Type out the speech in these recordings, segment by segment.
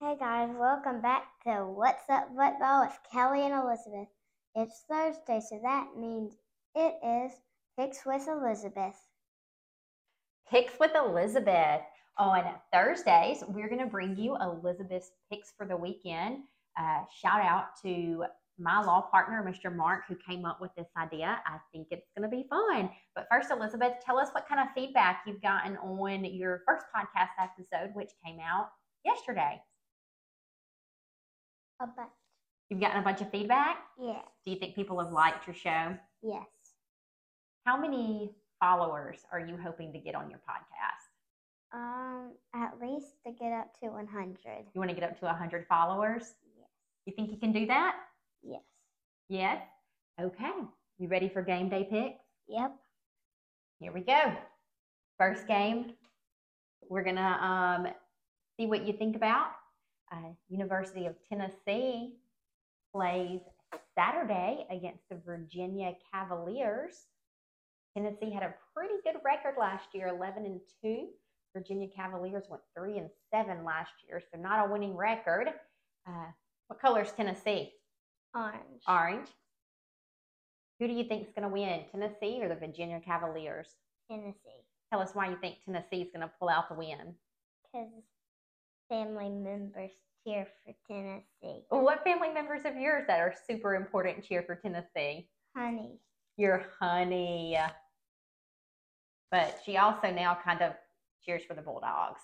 Hey guys, welcome back to What's Up Football with Kelly and Elizabeth. It's Thursday, so that means it is Picks with Elizabeth. Picks with Elizabeth. On Thursdays, we're going to bring you Elizabeth's picks for the weekend. Uh, shout out to my law partner, Mr. Mark, who came up with this idea. I think it's going to be fun. But first, Elizabeth, tell us what kind of feedback you've gotten on your first podcast episode, which came out yesterday. A bunch. You've gotten a bunch of feedback. Yeah. Do you think people have liked your show? Yes. How many followers are you hoping to get on your podcast? Um, at least to get up to 100. You want to get up to 100 followers? Yes. You think you can do that? Yes. Yes. Okay. You ready for game day picks? Yep. Here we go. First game, we're going to um, see what you think about. Uh, University of Tennessee plays Saturday against the Virginia Cavaliers. Tennessee had a pretty good record last year, 11 and 2. Virginia Cavaliers went 3 and 7 last year, so not a winning record. Uh, what color is Tennessee? Orange. Orange. Who do you think is going to win, Tennessee or the Virginia Cavaliers? Tennessee. Tell us why you think Tennessee is going to pull out the win. Because family members cheer for Tennessee. What family members of yours that are super important cheer for Tennessee? Honey. Your honey. But she also now kind of cheers for the Bulldogs.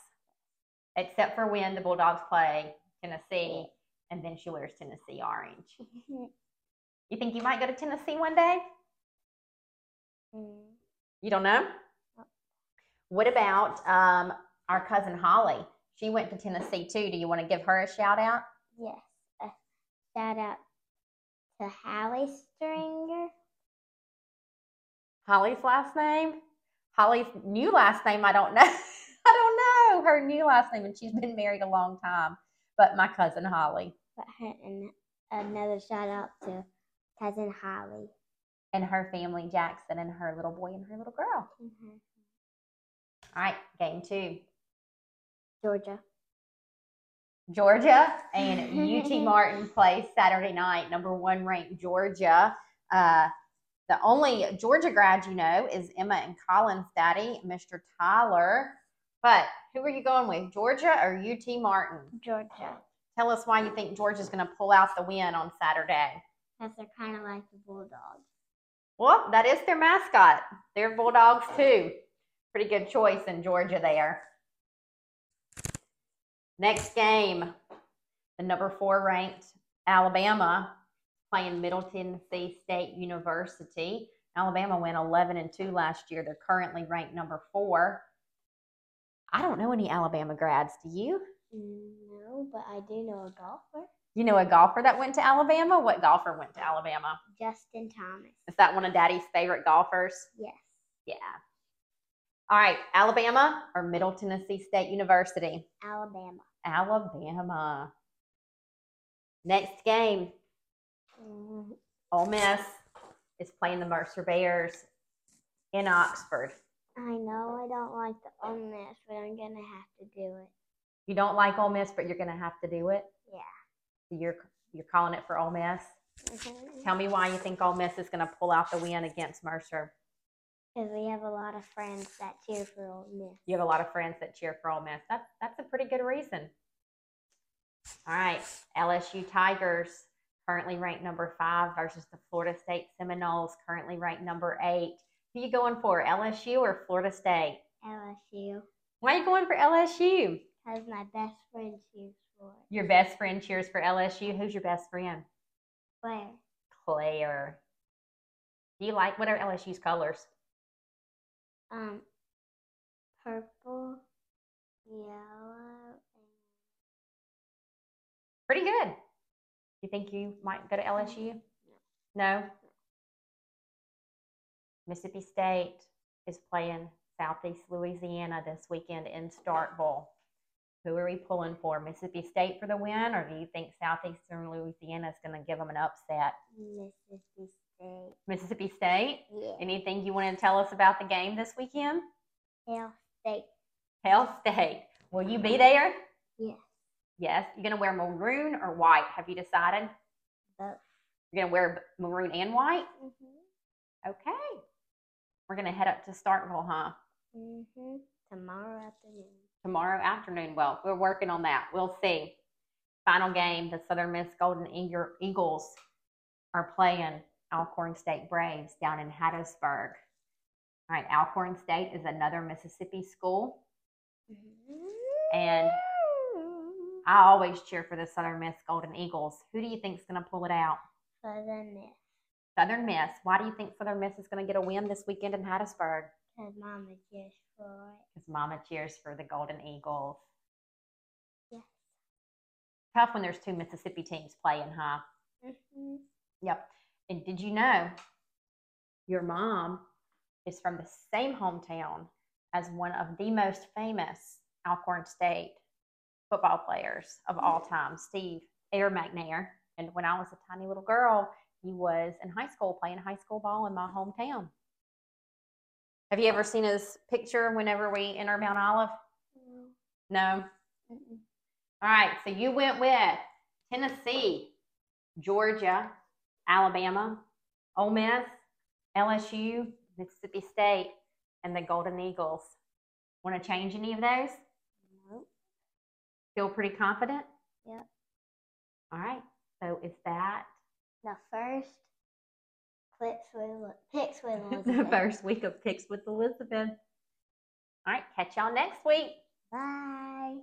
Except for when the Bulldogs play Tennessee, and then she wears Tennessee orange. You think you might go to Tennessee one day? Mm. You don't know? Nope. What about um, our cousin Holly? She went to Tennessee too. Do you want to give her a shout out? Yes. A shout out to Hallie Stringer. Holly's last name? Holly's new last name, I don't know. I don't know her new last name, and she's been married a long time. But my cousin Holly But her, and another shout out to cousin Holly and her family, Jackson, and her little boy and her little girl. and her All right, game two. Georgia. Georgia and UT Martin play Saturday night. Number one ranked Georgia. Uh, the only Georgia grad you know is Emma and Colin's daddy, Mr. Tyler. But who are you going with, Georgia or UT Martin? Georgia. Tell us why you think Georgia's going to pull out the win on Saturday. Because they're kind of like the Bulldogs. Well, that is their mascot. They're Bulldogs too. Pretty good choice in Georgia there. Next game, the number four ranked Alabama playing Middle Tennessee State University. Alabama went 11 and 2 last year. They're currently ranked number four. I don't know any Alabama grads. Do you? No, but I do know a golfer, You know a golfer that went to Alabama? What golfer went to Alabama? Justin Thomas. Is that one of daddy's favorite golfers? Yes. Yeah. All right, Alabama or Middle Tennessee State University? Alabama. Alabama. Next game, Mm, Ole Miss is playing the Mercer Bears in Oxford. I know I don't like the Ole Miss, but I'm gonna have to do it. You don't like Ole Miss, but you're going to have to do it. Yeah. So You're you're calling it for Ole Miss. Tell me why you think Ole Miss is going to pull out the win against Mercer. Because we have a lot of friends that cheer for Ole Miss. You have a lot of friends that cheer for Ole Miss. That's that's a pretty good reason. All right, LSU Tigers currently ranked number five versus the Florida State Seminoles currently ranked number eight. Who you going for, LSU or Florida State? LSU. Why are you going for LSU? Because my best friend cheers for it. Your best friend cheers for LSU. Who's your best friend? Where? Claire. Do you like what are LSU's colors? Um, purple, yellow, Pretty good. You think you might go to LSU? No. Mississippi State is playing Southeast Louisiana this weekend in Starkville. Who are we pulling for? Mississippi State for the win, or do you think Southeastern Louisiana is going to give them an upset? and Mississippi State. Mississippi State, Yeah. anything you want to tell us about the game this weekend? Hell State. Hell State. Will you be there? Yes. Yes. You're going to wear maroon or white. Have you decided? Both. You're going to wear b- maroon and white? Mm-hmm. Okay. We're going to head up to Starkville, huh? Mm-hmm. Tomorrow afternoon. Tomorrow afternoon. Well, we're working on that. We'll see. Final game the Southern Miss Golden Eager- Eagles are playing Alcorn State Braves down in Hattiesburg. All right. Alcorn State is another Mississippi school. And Mhm. I always cheer for the Southern Miss Golden Eagles. Who do you think's going to pull it out? for the myth, Southern Miss. Why do you think Southern Miss is going to get a win this weekend in Hattiesburg? because Mama just for it. Because Mama cheers for the Golden Eagles. Yes. Tough when there's two Mississippi teams playing, huh? Mm-hmm. Yep. And did you know your mom is from the same hometown as one of the most famous Alcorn State football players of all time, Steve Air McNair. And when I was a tiny little girl, he was in high school playing high school ball in my hometown. Have you ever seen his picture whenever we enter Mount Olive? No. Mm-mm. All right, so you went with Tennessee, Georgia, Alabama, Ole Miss, LSU, Mississippi State, and the Golden Eagles. Want to change any of those? Nope. Feel pretty confident? Yep. All right, so is that The first clips with picks with the Elizabeth. first week of Picks with Elizabeth? All right, catch y'all next week. Bye.